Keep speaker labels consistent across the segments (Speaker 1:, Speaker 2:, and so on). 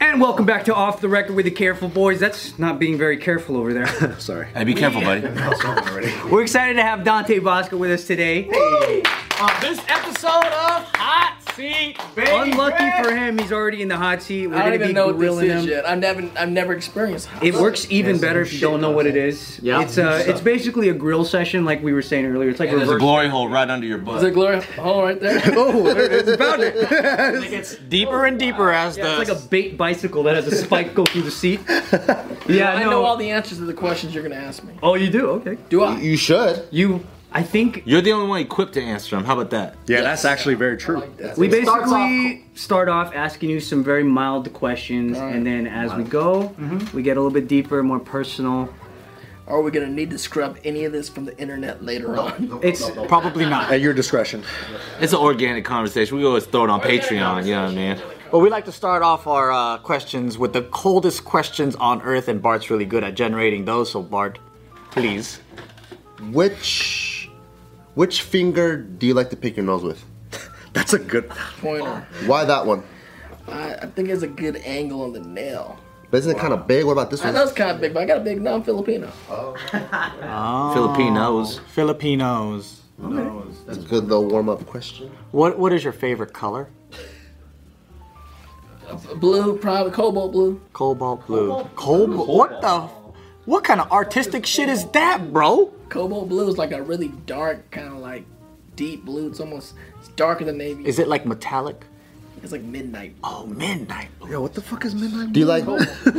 Speaker 1: And welcome back to Off the Record with the Careful Boys. That's not being very careful over there.
Speaker 2: Sorry.
Speaker 3: Hey, be careful, buddy.
Speaker 1: We're excited to have Dante Bosco with us today.
Speaker 4: on this episode of Hot Seat Baby.
Speaker 1: Unlucky for him, he's already in the hot seat. We're
Speaker 4: I don't
Speaker 1: gonna
Speaker 4: even
Speaker 1: be
Speaker 4: know what this
Speaker 1: grilling
Speaker 4: is
Speaker 1: him.
Speaker 4: yet. I've never, I've never experienced. Hot
Speaker 1: It
Speaker 4: Seat.
Speaker 1: works even better if you don't know what it is.
Speaker 4: Yeah.
Speaker 1: It's uh, it's basically a grill session, like we were saying earlier. It's like
Speaker 3: There's a
Speaker 1: reverse.
Speaker 3: glory hole right under your
Speaker 4: Is there
Speaker 3: butt.
Speaker 4: glory hole right there?
Speaker 1: Oh,
Speaker 5: deeper and deeper as the.
Speaker 1: It's like a baked bicycle that has a spike go through the seat. Yeah,
Speaker 4: I know all the answers to the questions you're gonna ask me.
Speaker 1: Oh, you do? Okay.
Speaker 4: Do I?
Speaker 2: You should.
Speaker 1: You, I think
Speaker 3: You're the only one equipped to answer them. How about that?
Speaker 2: Yeah, that's actually very true.
Speaker 1: we
Speaker 4: It starts
Speaker 1: basically start off asking you some very mild questions, and then as we go,
Speaker 4: Mm-hmm.
Speaker 1: we get a little bit deeper, more personal.
Speaker 4: Are we gonna need to scrub any of this from the internet later on?
Speaker 1: It's
Speaker 5: Probably not.
Speaker 2: At your discretion.
Speaker 3: It's an organic conversation. We always throw it on Patreon. You know what I mean?
Speaker 5: Well, we like to start off our uh, questions with the coldest questions on Earth, and Bart's really good at generating those. So Bart, please.
Speaker 6: Which which finger do you like to pick your nose with?
Speaker 2: That's a good.
Speaker 4: Pointer.
Speaker 6: Why that one?
Speaker 4: I, I think it's a good angle on the nail.
Speaker 6: But isn't it kind of big? What about this
Speaker 4: I
Speaker 6: one?
Speaker 4: know it's kind of big, but I got a big non-Filipino.
Speaker 3: Filipinos.
Speaker 5: Filipinos.
Speaker 6: That's a good little warm up question.
Speaker 5: What What is your favorite color?
Speaker 4: Blue, probably cobalt blue.
Speaker 5: Cobalt blue. Cobalt. What the? f- What kind of artistic shit is that, bro?
Speaker 4: Cobalt blue is like a really dark kind of like deep blue. It's almost it's darker than navy.
Speaker 5: Is it like metallic?
Speaker 4: It's like midnight.
Speaker 5: Oh, midnight blue.
Speaker 2: Yo, what the fuck is midnight?
Speaker 6: Do you like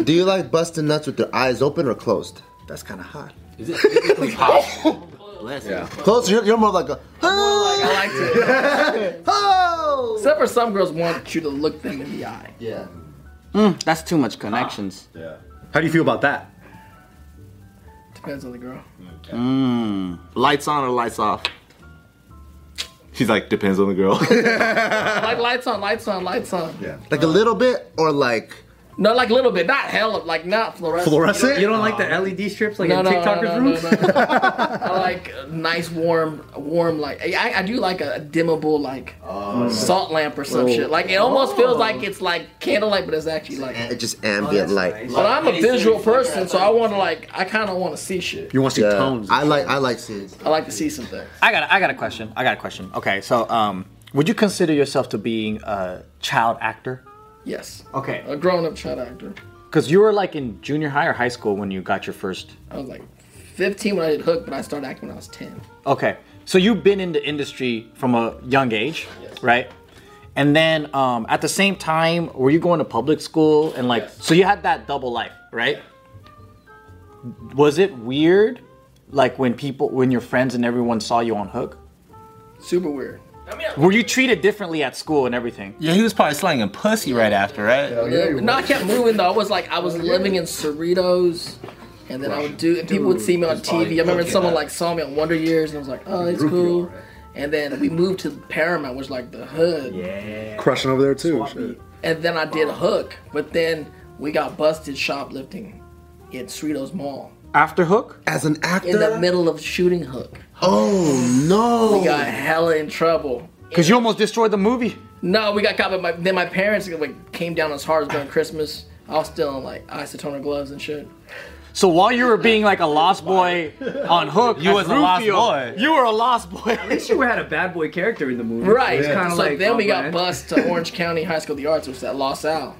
Speaker 6: do you like busting nuts with your eyes open or closed?
Speaker 2: That's kind of hot.
Speaker 3: Bless you.
Speaker 6: Closed. You're, you're more like a.
Speaker 4: I like it.
Speaker 6: Oh!
Speaker 4: Except for some girls want you to look them in the eye.
Speaker 6: Yeah.
Speaker 5: Hmm, That's too much connections.
Speaker 2: Ah. How do you feel about that?
Speaker 4: Depends on the girl.
Speaker 3: Lights on or lights off? She's like, depends on the girl.
Speaker 4: Like lights on, lights on, lights on.
Speaker 2: Yeah.
Speaker 6: Like a little bit or like.
Speaker 4: No, like a little bit, not hell, like not fluorescent.
Speaker 2: Fluorescent?
Speaker 1: you don't like the LED strips like
Speaker 4: No,
Speaker 1: in
Speaker 4: no, no,
Speaker 1: TikTokers'
Speaker 4: no, no,
Speaker 1: rooms.
Speaker 4: no, no. I like a nice, warm, warm light. I, I do like a dimmable, like salt lamp or some shit. Like it almost feels like it's like candlelight, but it's actually light.
Speaker 6: It's just
Speaker 4: Oh,
Speaker 6: ambient light.
Speaker 4: But I'm a visual person, so I want to like, I kind of want to see shit.
Speaker 2: You want to see
Speaker 6: Yeah.
Speaker 2: tones?
Speaker 6: I like I like seeing.
Speaker 4: I like to see some things.
Speaker 5: I got. A, I got a question. I got a question. Okay, so um, would you consider yourself to being a child actor?
Speaker 4: Yes,
Speaker 5: Okay.
Speaker 4: a grown-up child actor.
Speaker 5: Because you were like in junior high or high school when you got your first.
Speaker 4: I was like 15 when I did Hook, but I started acting when I was 10.
Speaker 5: Okay, so you've been in the industry from a young age, right? And then um, at the same time, were you going to public school and like,
Speaker 4: Yes.
Speaker 5: so you had that double life, right? Was it weird, like when people, when your friends and everyone saw you on Hook?
Speaker 4: Super weird.
Speaker 5: Were you treated differently at school and everything?
Speaker 3: yeah, he was probably slanging pussy right after, right?
Speaker 4: no, I kept moving though. I was like, I was living in Cerritos, and then I would do, and people would see me on TV. I remember someone like saw me on Wonder Years, and I was like, oh, it's cool. And then we moved to Paramount, which is like the hood.
Speaker 2: Crushing over there too. Shit.
Speaker 4: And then I did Hook, but then we got busted shoplifting in Cerritos Mall
Speaker 5: After Hook?
Speaker 6: As an actor.
Speaker 4: in the middle of shooting Hook.
Speaker 6: Oh no.
Speaker 4: We got hella in trouble.
Speaker 5: Because you almost destroyed the movie.
Speaker 4: No, we got caught, but my, then my parents like, came down as hard as during Christmas. I was still in like isotoner gloves and shit.
Speaker 5: So while you were being like a lost boy on Hook,
Speaker 3: You was
Speaker 5: as
Speaker 3: a lost
Speaker 5: Rufio,
Speaker 3: boy.
Speaker 5: You were a lost boy.
Speaker 1: At least you had a bad boy character in the movie.
Speaker 4: Right.
Speaker 1: It's kind of
Speaker 4: So
Speaker 1: like
Speaker 4: then we
Speaker 1: oh,
Speaker 4: got
Speaker 1: man.
Speaker 4: bused to Orange County High School of the Arts, which was at Los Al.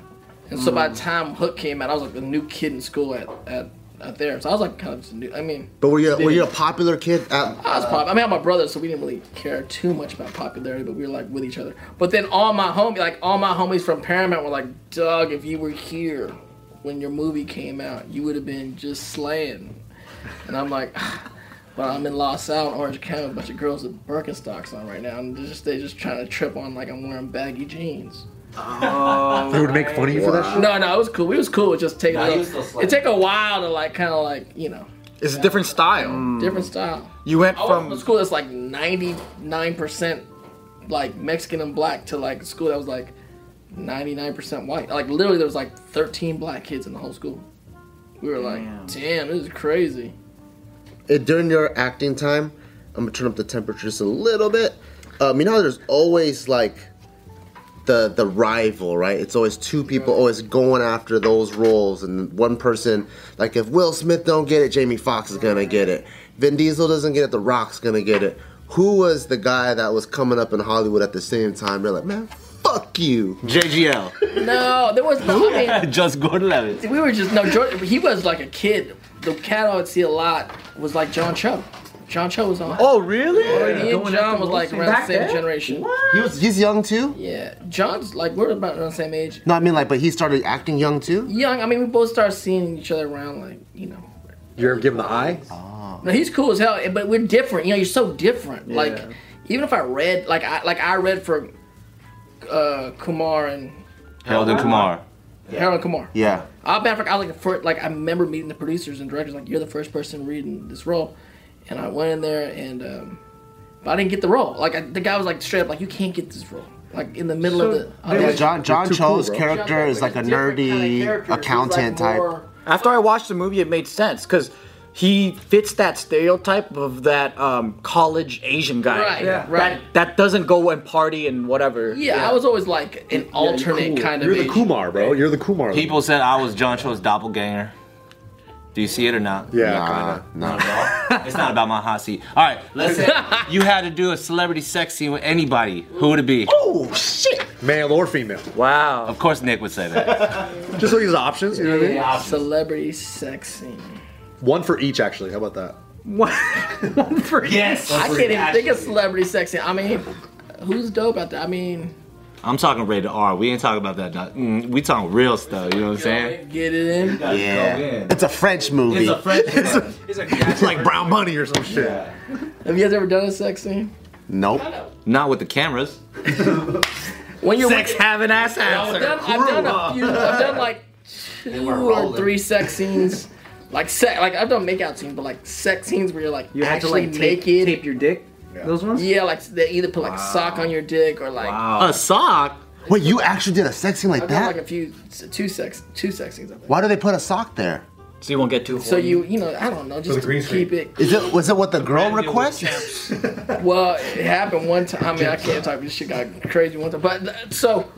Speaker 4: And so
Speaker 1: Mm.
Speaker 4: by the time Hook came out, I was like the new kid in school at, at, at there. So I was like kind of just new. I mean,
Speaker 6: But were you were you a popular kid? At,
Speaker 4: I was pop. I mean, I had my brother, so we didn't really care too much about popularity, but we were like with each other. But then all my homies, like all my homies from Paramount, were like, "Doug, if you were here when your movie came out, you would have been just slaying." And I'm like, "But I'm in Los Al, Orange County, with a bunch of girls with Birkenstocks on right now, and they're just they just trying to trip on like I'm wearing baggy jeans."
Speaker 2: They would make fun of you for that shit.
Speaker 4: No, no, it was cool. It was cool. It just take a little, it take a while to like kind of like you know
Speaker 5: It's a different style.
Speaker 4: different style.
Speaker 5: You went
Speaker 4: I went
Speaker 5: from
Speaker 4: to a school that's like 99% like Mexican and black to like a school that was like 99% white. Like literally there was like 13 black kids in the whole school. We were like, damn, this is crazy.
Speaker 6: it, during your acting time, I'm gonna turn up the temperature just a little bit. Um, you know, how there's always like the the rival, right? It's always two people always going after those roles, and one person like if Will Smith don't get it, Jamie Foxx is gonna get it. Vin Diesel doesn't get it, The Rock's gonna get it. Who was the guy that was coming up in Hollywood at the same time? They're like, man, fuck you.
Speaker 3: JGL.
Speaker 4: No, there was no. I mean,
Speaker 5: Just Gordon Levitt.
Speaker 4: we were just no. Jordan, he was like a kid. The cat I would see a lot was like John Cho. John Cho was on.
Speaker 5: Oh, really?
Speaker 4: he and John was like around the
Speaker 1: Back
Speaker 4: same
Speaker 1: then?
Speaker 4: generation.
Speaker 6: He was he's young too.
Speaker 4: Yeah, John's like we're about around the same age.
Speaker 6: No, I mean like, but he started acting young too.
Speaker 4: Young, I mean, we both start seeing each other around like you know.
Speaker 2: You ever give him the eye?
Speaker 4: No, he's cool as hell, but we're different. You know, you're so different. Like, even if I read, like I like I read for uh Kumar and
Speaker 3: Harold and Kumar.
Speaker 4: Harold Kumar.
Speaker 3: Yeah.
Speaker 4: I'll be honest, I like the first, like I remember meeting the producers and directors. Like, you're the first person reading this role, and I went in there and, um, but I didn't get the role. Like I, the guy was like straight up, like you can't get this role. Like in the middle of the. I
Speaker 6: Yeah,
Speaker 4: was like,
Speaker 6: John John
Speaker 2: too cool,
Speaker 6: Cho's
Speaker 2: bro.
Speaker 6: character is like a nerdy accountant type.
Speaker 5: After I watched the movie, it made sense because he fits that stereotype of that um, college Asian guy.
Speaker 4: Right, Yeah.
Speaker 5: That,
Speaker 4: right.
Speaker 5: That doesn't go and party and whatever.
Speaker 4: Yeah, I was always like an alternate kind of.
Speaker 2: You're the
Speaker 4: Asian.
Speaker 2: Kumar, bro. You're the Kumar.
Speaker 7: People said I was John Cho's doppelganger. Do you see it or not?
Speaker 2: Yeah.
Speaker 6: Nah, nah.
Speaker 7: It's not about my hot seat. All right, let's say you had to do a celebrity sex scene with anybody. Who would it be?
Speaker 2: Male or female.
Speaker 5: Wow.
Speaker 7: Of course, Nick would say that.
Speaker 2: Just so these options, you know what I mean?
Speaker 4: Celebrity sex scene.
Speaker 2: One for each, actually. How about that?
Speaker 1: One, one for
Speaker 7: yes.
Speaker 4: I can't even think of celebrity sex scene. I mean, who's dope out there? I mean,
Speaker 7: I'm talking rated R. We ain't talking about that. Not, mm, we talking real stuff. You know what I'm saying?
Speaker 4: get it in.
Speaker 6: Yeah,
Speaker 7: in.
Speaker 6: it's a French movie.
Speaker 7: It's a French.
Speaker 2: It's like brown money or some shit.
Speaker 4: Have you guys ever done a sex scene?
Speaker 6: nope.
Speaker 7: not with the cameras.
Speaker 4: When you're
Speaker 5: Sex having ass
Speaker 4: I've
Speaker 5: answer.
Speaker 4: done, I've done a few. I've done like two or three sex scenes. Like sex, like I've done makeout scenes, but like sex scenes where you're like
Speaker 1: You had to
Speaker 4: actually
Speaker 1: like tape,
Speaker 4: naked.
Speaker 1: tape your dick. Those ones.
Speaker 4: yeah, like they either put like a sock on your dick or like
Speaker 7: A sock.
Speaker 6: Wait, you actually did a sex scene like
Speaker 4: I've done
Speaker 6: that?
Speaker 4: like a few two sex two sex scenes. I think.
Speaker 6: Why do they put a sock there?
Speaker 5: So you won't get too.
Speaker 4: So you you know I don't know just
Speaker 2: the green
Speaker 4: to keep it
Speaker 6: Is it was it what the girl requests?
Speaker 4: well it happened one time. I mean I can't talk this shit got crazy one time, but uh, so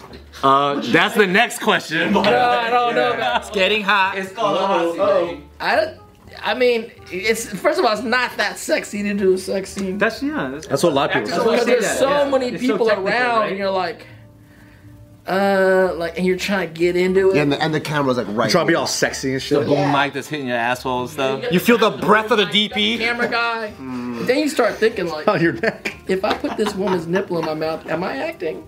Speaker 7: Uh, that's the next question.
Speaker 4: I don't know. man.
Speaker 5: It's getting hot.
Speaker 7: It's called a hot seat.
Speaker 4: I don't. I mean, it's first of all, it's not that sexy to do a sex scene.
Speaker 1: That's yeah. That's,
Speaker 2: That's what a lot of people.
Speaker 1: That's what I
Speaker 4: because
Speaker 1: say
Speaker 4: there's
Speaker 1: that,
Speaker 4: so
Speaker 1: yeah.
Speaker 4: many
Speaker 1: It's so
Speaker 4: people
Speaker 1: technical,
Speaker 4: around,
Speaker 1: right?
Speaker 4: and you're like, uh, like, and you're trying to get into it.
Speaker 6: And the, and the camera's like right.
Speaker 2: Trying to be all sexy and shit.
Speaker 7: Boom mic that's hitting your asshole and stuff.
Speaker 5: You feel the breath of the E. DP.
Speaker 4: camera guy. Then you start thinking like,
Speaker 2: On your neck.
Speaker 4: if I put this woman's nipple in my mouth, am I acting?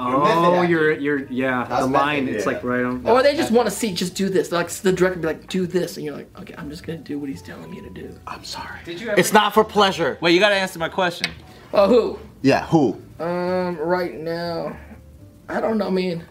Speaker 1: Oh, you're you're yeah. the
Speaker 6: method,
Speaker 1: line. It's like right on.
Speaker 4: Or they just want to see, just do this. Like the director be like, do this, and you're like, okay, I'm just gonna do what he's telling me to do.
Speaker 6: I'm sorry.
Speaker 5: It's not for pleasure.
Speaker 7: Wait, you gotta answer my question.
Speaker 4: Oh, who?
Speaker 6: Yeah, who?
Speaker 4: Um, right now, I don't know. I mean,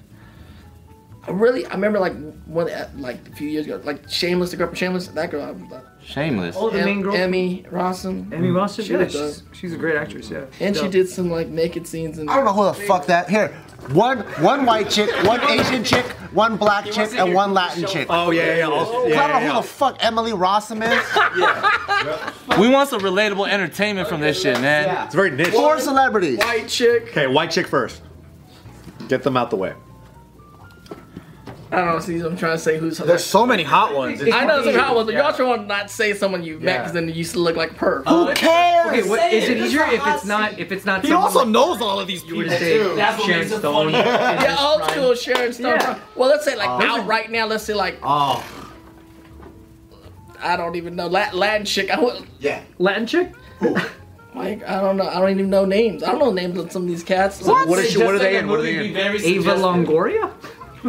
Speaker 4: I really, I remember like one, like a few years ago, like Shameless, the girl from Shameless, that girl, I was like,
Speaker 7: Shameless.
Speaker 1: Oh, the main
Speaker 4: Em-
Speaker 1: girl.
Speaker 4: Emmy Rossum,
Speaker 1: Emmy Rossum.
Speaker 4: She
Speaker 1: yeah,
Speaker 4: was
Speaker 1: she's, she's a great actress. Yeah.
Speaker 4: and she
Speaker 1: Yeah.
Speaker 4: did some like naked scenes and.
Speaker 6: I don't know who the fuck that. Here, one one white chick, one Asian chick, one black chick, and one Latin chick.
Speaker 2: Oh yeah, yeah, yeah. all- yeah,
Speaker 6: I don't know who
Speaker 2: yeah, yeah.
Speaker 6: the fuck Emily Rossum is.
Speaker 7: We want some relatable entertainment from this shit, man.
Speaker 2: It's very niche.
Speaker 6: Four celebrities.
Speaker 4: White chick.
Speaker 2: Okay, white chick first. Get them out the way.
Speaker 4: I don't know. See, I'm trying to say who's.
Speaker 5: There's so many hot ones. It's-
Speaker 4: I know some hot ones, but y'all trying to not say someone you met because then you still look like perv.
Speaker 6: Who cares?
Speaker 1: Okay, what, is it easier if it's not if it's not?
Speaker 5: He also
Speaker 1: someone
Speaker 5: knows all of these
Speaker 1: like you were
Speaker 5: people.
Speaker 1: to say
Speaker 7: That's what
Speaker 1: Sharon
Speaker 7: makes it
Speaker 1: Stone.
Speaker 4: yeah, old school Sharon Stone.
Speaker 1: Yeah.
Speaker 4: Well, let's say like now, right now, let's say like. Oh. I don't even know Lat- Latin chick. I would,
Speaker 1: Latin chick.
Speaker 4: like I don't know. I don't even know names. I don't know names of some of these cats.
Speaker 2: What is she, what are they in? What are they in?
Speaker 1: Ava Longoria.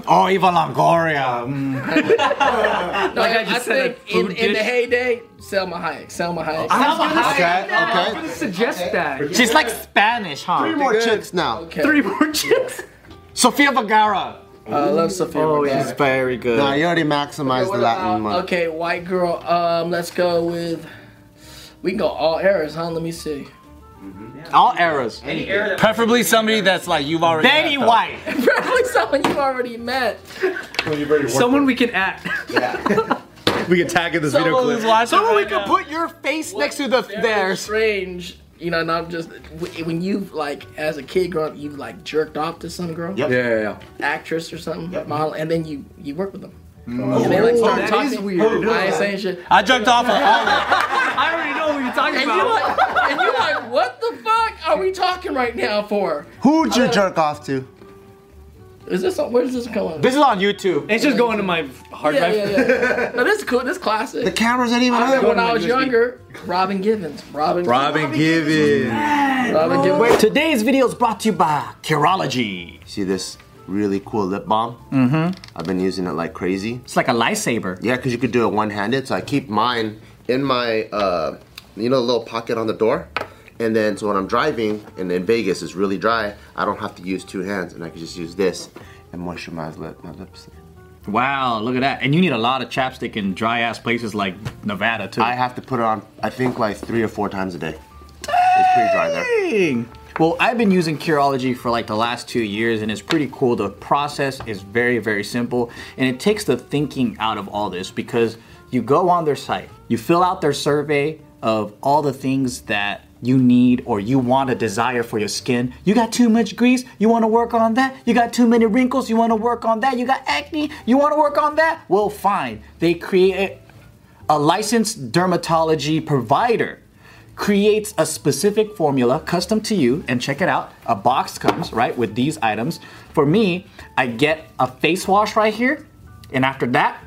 Speaker 6: Oh, Eva Longoria. Mm.
Speaker 4: No, I,
Speaker 1: just said
Speaker 4: think
Speaker 1: a food
Speaker 4: in, in the
Speaker 1: dish.
Speaker 4: heyday, Selma Hayek. Selma Hayek.
Speaker 6: Okay,
Speaker 1: I was
Speaker 6: okay.
Speaker 1: gonna suggest that.
Speaker 5: She's like Spanish,
Speaker 6: Three
Speaker 5: huh?
Speaker 6: more chicks now.
Speaker 4: okay.
Speaker 1: Three more chicks.
Speaker 5: Sofia Vergara.
Speaker 4: Uh, I love Sophia.
Speaker 1: Oh,
Speaker 4: Vergara.
Speaker 1: yeah.
Speaker 5: Very good.
Speaker 6: Nah, you already maximized
Speaker 4: What
Speaker 6: the Latin
Speaker 4: about-
Speaker 6: one.
Speaker 4: Okay, white girl. Um, let's go with. We can go all eras, huh? Let me see.
Speaker 5: All eras.
Speaker 7: Preferably somebody that's like you've already.
Speaker 5: Betty
Speaker 7: met, though.
Speaker 5: White.
Speaker 4: Probably someone you already met.
Speaker 1: Someone we can act.
Speaker 2: We can tag in this video
Speaker 7: Someone who's
Speaker 2: clip.
Speaker 7: watching
Speaker 5: Someone we
Speaker 7: right
Speaker 5: could
Speaker 7: now.
Speaker 5: put your face next to the
Speaker 4: Very
Speaker 5: theirs.
Speaker 4: Strange. You know, and I'm just wh- when you like as a kid growing up, you like jerked off to some girl,
Speaker 3: Yep.
Speaker 2: Yeah, yeah, yeah.
Speaker 4: actress or something, model, and then you you work with them.
Speaker 2: Mm.
Speaker 4: And they like start
Speaker 1: that
Speaker 4: talking.
Speaker 1: is weird.
Speaker 4: I ain't saying shit.
Speaker 7: I jerked off on all of
Speaker 1: I already know what you're talking
Speaker 4: And you're
Speaker 1: about.
Speaker 4: like, and you're like, what the fuck are we talking right now for?
Speaker 6: Who'd you jerk off to?
Speaker 4: Is this on, where does this come on?
Speaker 5: This is on YouTube.
Speaker 1: it's just going to my hard
Speaker 4: Yeah,
Speaker 1: drive.
Speaker 4: yeah, yeah. no, this is cool. This is classic.
Speaker 6: The cameras ain't even
Speaker 4: I remember
Speaker 6: on.
Speaker 4: when I was younger, Robin Givens. Robin.
Speaker 2: Robin Givens.
Speaker 4: Robin Givens.
Speaker 5: Today's video is brought to you by Curology.
Speaker 6: See this really cool lip balm? Mm-hmm. I've been using it like crazy.
Speaker 5: It's like a lightsaber.
Speaker 6: Yeah, because you could do it one-handed. So I keep mine in my, uh, you know, little pocket on the door. And then, so when I'm driving, and in Vegas it's really dry, I don't have to use two hands, and I can just use this and moisturize lip, my lips.
Speaker 5: Wow, look at that. And you need a lot of chapstick in dry ass places like Nevada too.
Speaker 6: I have to put it on, I think, like three or four times a day. It's pretty dry there.
Speaker 5: Dang. Well, I've been using Curology for like the last two years, and it's pretty cool. The process is very, very simple, and it takes the thinking out of all this because you go on their site, you fill out their survey of all the things that you need or you want a desire for your skin. You got too much grease, you want to work on that. You got too many wrinkles, you want to work on that. You got acne, you want to work on that. Well, fine. They create a- a licensed dermatology provider creates a specific formula custom to you and check it out a box comes right with these items for me i get a face wash right here and after that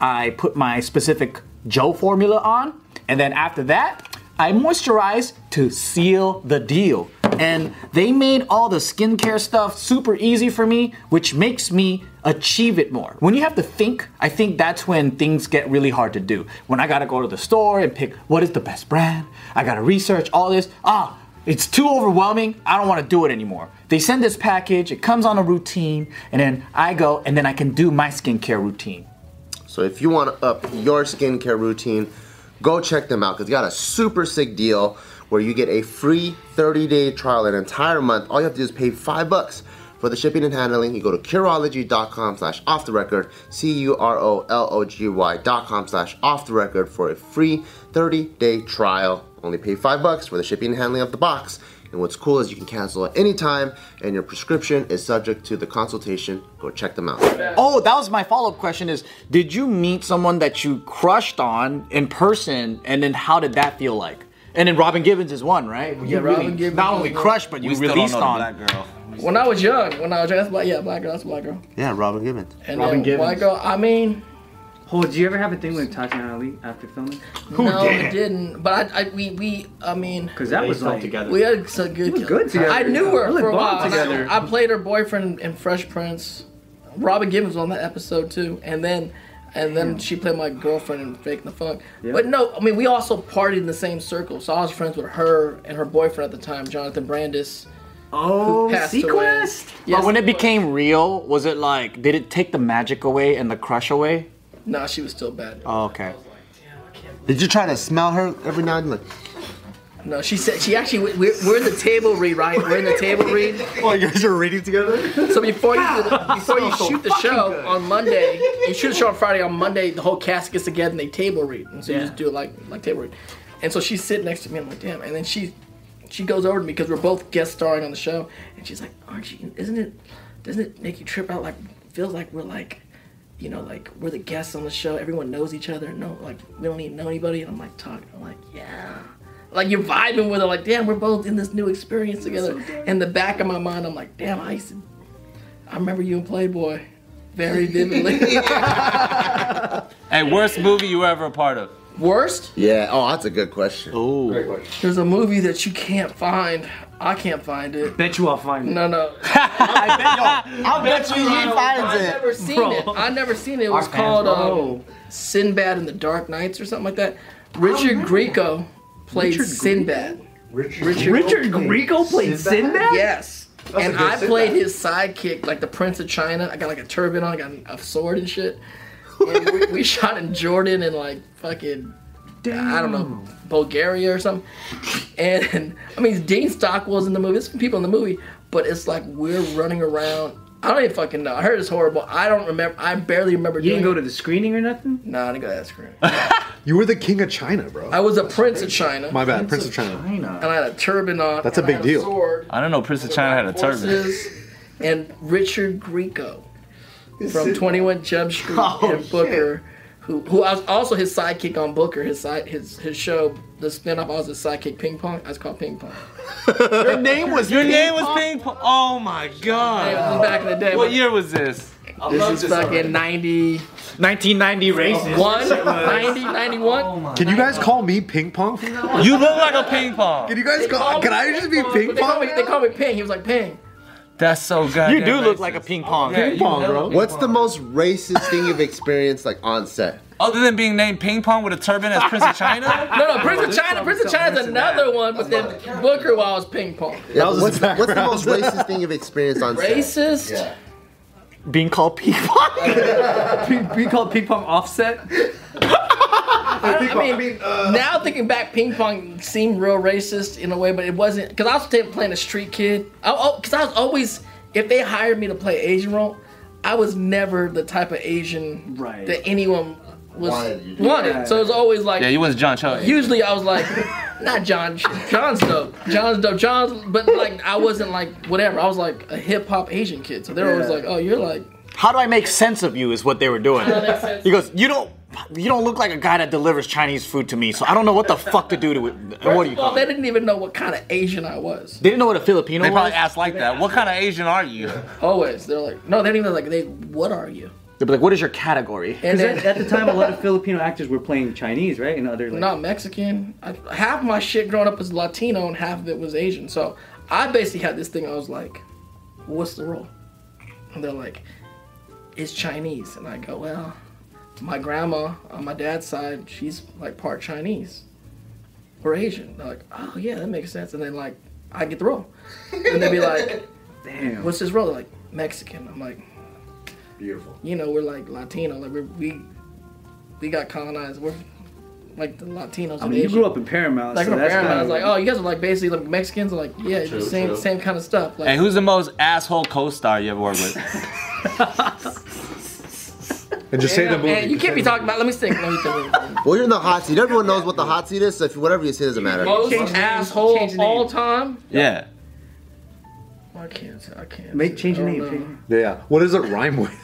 Speaker 5: i put my specific joe formula on and then after that i moisturize to seal the deal and they made all the skincare stuff super easy for me which makes me achieve it more. When you have to think, I think that's when things get really hard to do. When I gotta go to the store and pick what is the best brand, I gotta research all this. Ah, it's too overwhelming. I don't wanna do it anymore. They send this package, it comes on a routine, and then I go and then I can do my skincare routine.
Speaker 6: So if you want to up your skincare routine, go check them out because they got a super sick deal where you get a free 30-day trial an entire month. All you have to do is pay five bucks for the shipping and handling. You go to Curology.com slash off the record, C-U-R-O-L-O-G-Y dot com slash off the record for a free 30-day trial. Only pay five bucks for the shipping and handling of the box. And what's cool is you can cancel at any time, and your prescription is subject to the consultation. Go check them out.
Speaker 5: Oh, that was my follow-up question is did you meet someone that you crushed on in person and then how did that feel like? And then Robin Givens is one, right? You
Speaker 4: Robin
Speaker 5: really
Speaker 4: Givens
Speaker 5: not
Speaker 4: is
Speaker 5: only
Speaker 4: one.
Speaker 5: crushed, but you
Speaker 7: We still don't
Speaker 5: released
Speaker 7: know
Speaker 5: on.
Speaker 7: the black girl.
Speaker 4: When I was young, when I was young, that's black, yeah, black girl, that's black girl.
Speaker 6: Yeah, Robin Gibbons.
Speaker 4: And
Speaker 5: Robin
Speaker 4: then white
Speaker 5: Givens.
Speaker 4: girl, I mean,
Speaker 1: Oh, did you ever have a thing with Tatiana Ali after filming?
Speaker 4: no, it didn't. But I, I, we, we, I mean,
Speaker 1: Because that was like
Speaker 4: we had some good.
Speaker 1: were good together.
Speaker 4: I knew her
Speaker 1: Really
Speaker 4: for a
Speaker 1: bond
Speaker 4: while.
Speaker 1: together.
Speaker 4: I, I played her boyfriend in Fresh Prince. Robin Givens was on that episode too, and then. And then she played my girlfriend in Fake the Funk. But no, I mean, we also partied in the same circle. So I was friends with her and her boyfriend at the time, Jonathan Brandis.
Speaker 1: Oh,
Speaker 4: passed away.
Speaker 1: Sequest.
Speaker 4: Yes,
Speaker 5: but when it became real, was it like did it take the magic away and the crush away?
Speaker 4: Nah, she was still bad.
Speaker 5: Oh, okay.
Speaker 6: Did you try to smell her every now and then?
Speaker 4: No, she said she actually. We're, we're in the table read, right? We're in the table read.
Speaker 2: Oh, you guys are reading together?
Speaker 4: So before you before you shoot the show on Monday, you shoot the show on Friday. On Monday, the whole cast gets together and they table read, and so you just do it like like table read. And so she's sitting next to me. I'm like, damn. And then she she goes over to me because we're both guest starring on the show, and she's like, aren't you? Isn't it? Doesn't it make you trip out? Like feels like we're like. You know, like we're the guests on the show. Everyone knows each other. No, like we don't even know anybody. And I'm like talking. I'm like, yeah, like you're vibing with it. Like, damn, we're both in this new experience together. in the back of my mind, I'm like, damn, I used to I remember you in Playboy very vividly.
Speaker 7: Hey, worst movie you were ever a part of?
Speaker 4: Worst?
Speaker 6: Yeah. Oh, that's a good question.
Speaker 4: There's a movie that you can't find. I can't find it.
Speaker 1: Bet you I'll find it.
Speaker 4: No, no.
Speaker 6: I bet you he finds
Speaker 4: I've never seen
Speaker 1: Bro.
Speaker 4: it. I never seen it. It was
Speaker 5: fans
Speaker 4: called
Speaker 1: Oh.
Speaker 4: um, Sinbad and the Dark Knights or something like that. Richard Grieco played Sinbad.
Speaker 1: Richard Grieco played Sinbad?
Speaker 4: Yes. and I played his sidekick, like the Prince of China. I got like a turban on, I got a sword and shit. And we, we shot in Jordan and like fucking, I don't know, Bulgaria or something. And I mean, Dean Stockwell's in the movie. There's some people in the movie, but it's like we're running around. I don't even fucking know. I heard it's horrible. I don't remember. I barely remember.
Speaker 1: You didn't
Speaker 4: doing
Speaker 1: go to the screening or nothing?
Speaker 4: Nah, I didn't go to that screen.
Speaker 2: You were the king of China, bro.
Speaker 4: I was a prince of China.
Speaker 2: My bad, Prince of China.
Speaker 4: and I had a turban on.
Speaker 2: That's a
Speaker 4: and I
Speaker 2: big
Speaker 4: had
Speaker 2: deal.
Speaker 4: sword,
Speaker 7: I don't know. Prince of China had a turban.
Speaker 4: horses, and Richard Grieco from Twenty One Jump Street
Speaker 2: Oh,
Speaker 4: and Booker, who who I was also his sidekick on Booker. His side his his show the spinoff. I was his sidekick Ping Pong. I was called Ping Pong.
Speaker 5: Your name was
Speaker 7: Your name was Ping Pong. Oh my
Speaker 4: Hey,
Speaker 7: god.
Speaker 4: this is back in the day.
Speaker 7: What year was this?
Speaker 4: This is fucking 90,
Speaker 5: 1990 racist.
Speaker 4: 90, 91.
Speaker 2: Can you guys call me Ping Pong from now on?
Speaker 7: You look like a ping pong.
Speaker 2: Can you guys call? Can I just be Ping
Speaker 4: They call
Speaker 2: Pong?
Speaker 4: me, they call me Ping. He was like Ping.
Speaker 7: That's so good.
Speaker 5: You do look like a ping pong.
Speaker 2: Ping Pong, bro.
Speaker 6: What's the most racist thing you've experienced like on set?
Speaker 7: Other than being named Ping Pong with a turban as Prince of China?
Speaker 4: No, no, Prince of China. Prince of China is another one, but then Booker while I was Ping Pong.
Speaker 6: Yeah,
Speaker 2: was
Speaker 6: what's,
Speaker 2: his
Speaker 6: the, what's the
Speaker 2: background.
Speaker 6: most racist thing you've experienced on set?
Speaker 4: Racist.
Speaker 5: Being called ping pong.
Speaker 1: we call it ping pong offset.
Speaker 4: I mean, now thinking back, ping pong seemed real racist in a way, but it wasn't because I was t- playing a street kid. I Because I, was always, if they hired me to play Asian role, I was never the type of Asian
Speaker 1: Right.
Speaker 4: that anyone was
Speaker 6: Wanted you
Speaker 4: wanted.
Speaker 6: to-
Speaker 4: So it was always like,
Speaker 7: Yeah, you was John Cho.
Speaker 4: usually I was like, not John, John's dope, John's dope, John's, but like I wasn't like whatever. I was like a hip hop Asian kid, so they're always like, oh, you're like.
Speaker 5: How do I make sense of you? Is what they were doing. He goes, you don't. You don't look like a guy that delivers Chinese food to me, so I don't know what the fuck to do to it. What do
Speaker 4: Well,
Speaker 5: you call
Speaker 4: they
Speaker 5: it?
Speaker 4: didn't even know what kind of Asian I was.
Speaker 5: They didn't know what a Filipino
Speaker 7: They probably
Speaker 5: was.
Speaker 7: asked like that. What kind of Asian are you?
Speaker 4: Always, they're like, no, they didn't even like they. What are you?
Speaker 5: They'd be like, "What is your category?"
Speaker 4: And
Speaker 1: Because
Speaker 4: then
Speaker 1: at, at the time, a lot of Filipino actors were playing Chinese, right? And other like
Speaker 4: not Mexican. I, half my shit growing up was Latino and half of it was Asian. So I basically had this thing. I was like, "What's the role?" And they're like, "It's Chinese." And I go, "Well, my grandma on my dad's side, she's like part Chinese or Asian." They're like, "Oh yeah, that makes sense." And then like I get the role, and they'd be like,
Speaker 1: damn.
Speaker 4: "What's this role?" They're like Mexican. I'm like, "Beautiful." You know, we're like Latino. Like we're, we we got colonized. We're like the Latinos.
Speaker 1: I
Speaker 4: and
Speaker 1: mean, you
Speaker 4: Asians.
Speaker 1: grew up in Paramount,
Speaker 4: Like
Speaker 1: so
Speaker 4: so
Speaker 1: that's
Speaker 4: I was
Speaker 1: kinda-
Speaker 4: like, oh, you guys are like basically like Mexicans, like yeah, it's the same same kind of stuff. Like
Speaker 7: Hey, who's the most asshole co-star you ever worked with?
Speaker 2: And just say the
Speaker 4: Damn, man,
Speaker 2: movie.
Speaker 4: you can't be talking about. Let me think. Let me think.
Speaker 6: Well, you're in the hot seat. Everyone knows what the hot seat is, so if you, whatever you say doesn't matter.
Speaker 1: Change
Speaker 4: Most
Speaker 1: the name,
Speaker 4: asshole
Speaker 1: change
Speaker 4: of
Speaker 1: the name.
Speaker 4: all time.
Speaker 7: Yeah.
Speaker 4: I can't. say- I can't.
Speaker 1: Make
Speaker 4: say-
Speaker 1: change your
Speaker 4: I don't
Speaker 1: name.
Speaker 4: know.
Speaker 1: change your name.
Speaker 2: Yeah. What does it rhyme with?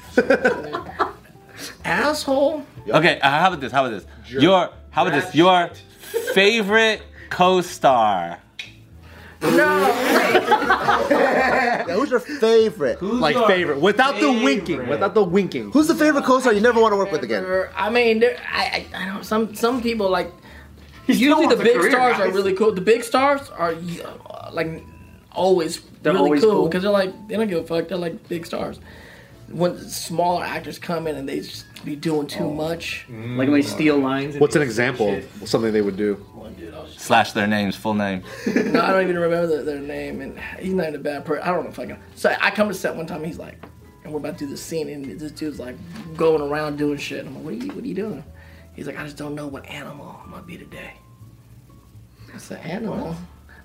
Speaker 4: Asshole.
Speaker 7: Okay, uh, how about this? How about this? Your how about this? Your favorite co-star.
Speaker 6: Yeah, who's your favorite?
Speaker 5: Like favorite, without the winking,
Speaker 2: Without the winking.
Speaker 6: Who's the favorite co-star you never want to work with again?
Speaker 4: Or- I mean, there- I, I I don't. Some some people like. usually the big stars are really cool. The big stars are uh, like always
Speaker 1: They're
Speaker 4: really
Speaker 1: always
Speaker 4: cool
Speaker 1: cool.
Speaker 4: because they're like they don't give a fuck. They're like big stars. When smaller actors come in and they just be doing too much.
Speaker 1: Like when they steal lines. and-
Speaker 2: What's an example of something they would do?
Speaker 7: Slash their names, full name.
Speaker 4: No, I don't even remember their, their name, and he's not even a bad person. I don't know if I can. So I come to set one time, he's like, and we're about to do this scene, and this dude's like going around doing shit. I'm like, what are you, what are you doing? He's like, I just don't know what animal I'm gonna be today. I said, animal?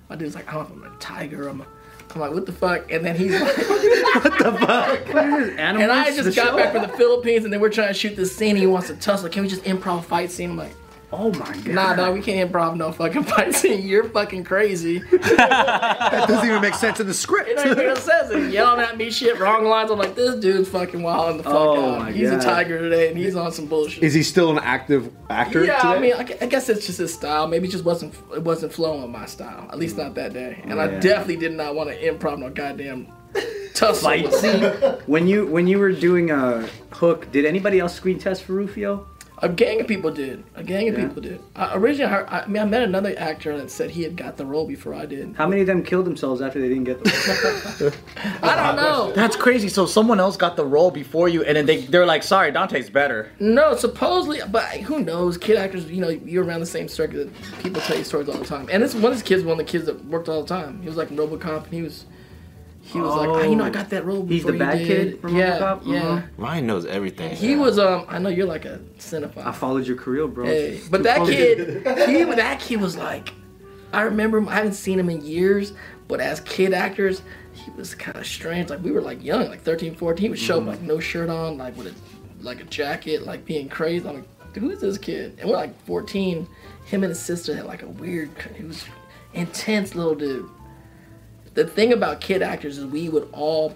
Speaker 4: My dude's like, I don't know if I'm a tiger. I'm, a, I'm like, what the fuck? And then he's like,
Speaker 1: Animals,
Speaker 4: and I
Speaker 1: the
Speaker 4: just got
Speaker 1: show?
Speaker 4: back from the Philippines, and then we're trying to shoot this scene, and he wants to tussle. Can we just improv fight scene? I'm like,
Speaker 1: Oh my god.
Speaker 4: nah, dog, we can't improv no fucking fight scene. You're fucking crazy.
Speaker 2: That doesn't even make sense in the script.
Speaker 4: It ain't even says it. Yelling at me, shit, wrong lines. I'm like, this dude's fucking wilding the fuck
Speaker 1: Oh
Speaker 4: out.
Speaker 1: my
Speaker 4: He's
Speaker 1: God.
Speaker 4: a tiger today, and he's on some bullshit.
Speaker 2: Is he still an active actor?
Speaker 4: yeah,
Speaker 2: today?
Speaker 4: I mean, I, gu- I guess it's just his style. Maybe it just wasn't it wasn't flowing my style. At least not that day. And I definitely did not want to improv no goddamn tussle.
Speaker 1: Fight scene. When you when you were doing a hook, did anybody else screen test for Rufio?
Speaker 4: A gang of people did. A gang of
Speaker 1: Yeah.
Speaker 4: people did. I, originally, heard, I I mean, I met another actor that said he had got the role before I did.
Speaker 1: How many of them killed themselves after they didn't get the?
Speaker 4: I don't know.
Speaker 5: That's crazy. So someone else got the role before you, and then they they're like, "Sorry, Dante's better."
Speaker 4: No, supposedly, but who knows? Kid actors, you know, you're around the same circuit. People tell you stories all the time. And this one of these kids, one of the kids that worked all the time. He was like in RoboCop, and he was, he was like, oh, you know, I got that role
Speaker 1: He's
Speaker 4: before
Speaker 1: the bad
Speaker 4: you
Speaker 1: kid
Speaker 4: did.
Speaker 1: from
Speaker 4: yeah,
Speaker 1: RoboCop?
Speaker 4: Yeah,
Speaker 1: Mhm.
Speaker 7: Ryan knows everything.
Speaker 4: he was. Um, I know you're like a cinephile.
Speaker 1: I followed your career, bro.
Speaker 4: Hey, but that kid, he that kid was like, I remember him. I haven't seen him in years, but as kid actors, he was kind of strange. Like we were like young, like 13, 14. He would show up like no shirt on, like with a like a jacket, like being crazy. I'm like, who is this kid? And we're like 14. Him and his sister had like a weird, he was intense little dude. The thing about kid actors is we would all,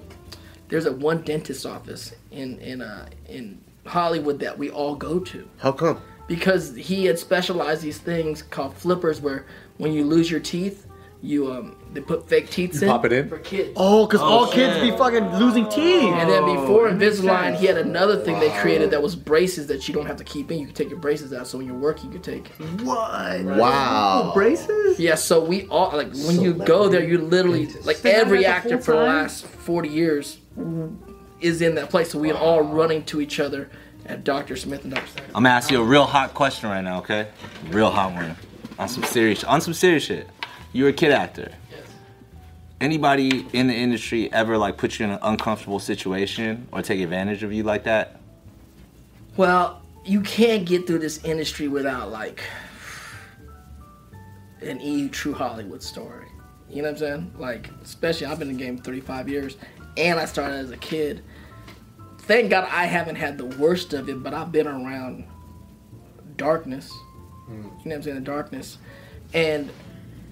Speaker 4: there's a one dentist office in in uh, in Hollywood that we all go to
Speaker 6: How come?
Speaker 4: because he had specialized these things called flippers, where when you lose your teeth, you um they put fake teeth in.
Speaker 2: pop it in?
Speaker 4: for kids.
Speaker 6: Oh, because all kids be fucking losing teeth.
Speaker 4: And then before Invisalign, he had another thing they created that was braces that you don't have to keep in. You can take your braces out, so when you work, you can take.
Speaker 6: Wow.
Speaker 1: Braces?
Speaker 4: Yeah, so we all like when you go there, you literally like every
Speaker 1: the
Speaker 4: actor
Speaker 1: full
Speaker 4: for the
Speaker 1: time?
Speaker 4: last forty years is in that place. So we all running to each other at Doctor Smith and Doctor.
Speaker 7: I'm gonna ask you a real hot question right now, okay? Real hot one. On some serious on some serious shit. You were a kid actor. Anybody in the industry ever like put you in an uncomfortable situation or take advantage of you like that?
Speaker 4: Well, you can't get through this industry without like an EU true Hollywood story. You know what I'm saying? Like, especially I've been in the game 35 years, and I started as a kid. Thank God I haven't had the worst of it, but I've been around darkness. You know what I'm saying? The darkness, and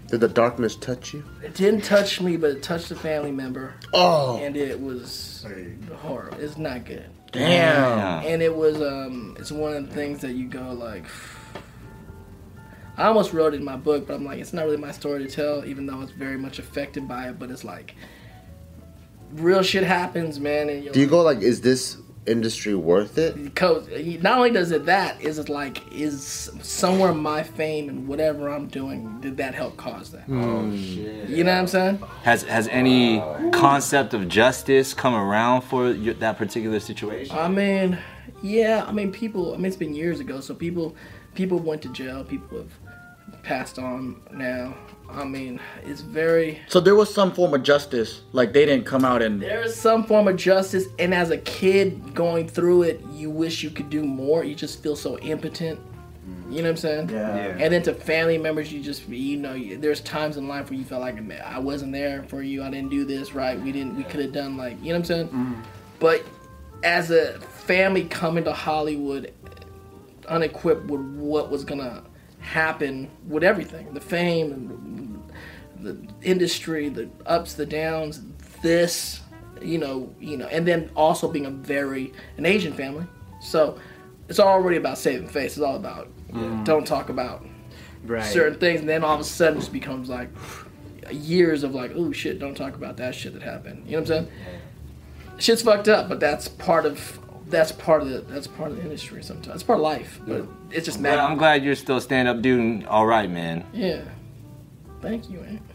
Speaker 6: Did the darkness touch you?
Speaker 4: it didn't touch me, but it touched a family member. Oh. And it was horrible. It's not good. Damn. And it was um it's one of the things that you go like I almost wrote it in my book, but I'm like, it's not really my story to tell, even though it's very much affected by it, but it's like real shit happens, man, and you're
Speaker 6: Do you go like, is this industry worth it?
Speaker 4: Cause not only does it that is it like is somewhere my fame and whatever I'm doing did that help cause that?
Speaker 6: Hmm.
Speaker 4: Oh shit! You know what I'm saying?
Speaker 7: Has has any concept of justice come around for your, that particular situation?
Speaker 4: I mean, yeah. I mean, people. I mean, it's been years ago, so people, people went to jail. People have passed on now. I mean, it's very.
Speaker 8: So there was some form of justice. Like they didn't come out and
Speaker 4: There is some form of justice, and as a kid going through it, you wish you could do more. You just feel so impotent. You know what I'm saying?
Speaker 8: Yeah.
Speaker 4: And then to family members, you just you know, you- there's times in life where you felt like "Man, I wasn't there for you. I didn't do this right. We didn't. We could have done like you know what I'm saying. But as a family coming to Hollywood, unequipped with what was gonna happen with everything, the fame and the industry, the ups, the downs, this, you know, you know, and then also being a very an Asian family. So it's already about saving face. It's all about don't talk about
Speaker 1: Right.
Speaker 4: certain things, and then all of a sudden it just becomes like years of like, oh shit, don't talk about that shit that happened. You know what I'm saying? Shit's fucked up, but that's part of that's part of the that's part of the industry sometimes. It's part of life, but it's just
Speaker 7: But
Speaker 4: mad.
Speaker 7: I'm glad you're still stand up dude and all right, man.
Speaker 4: yeah. Thank you, man.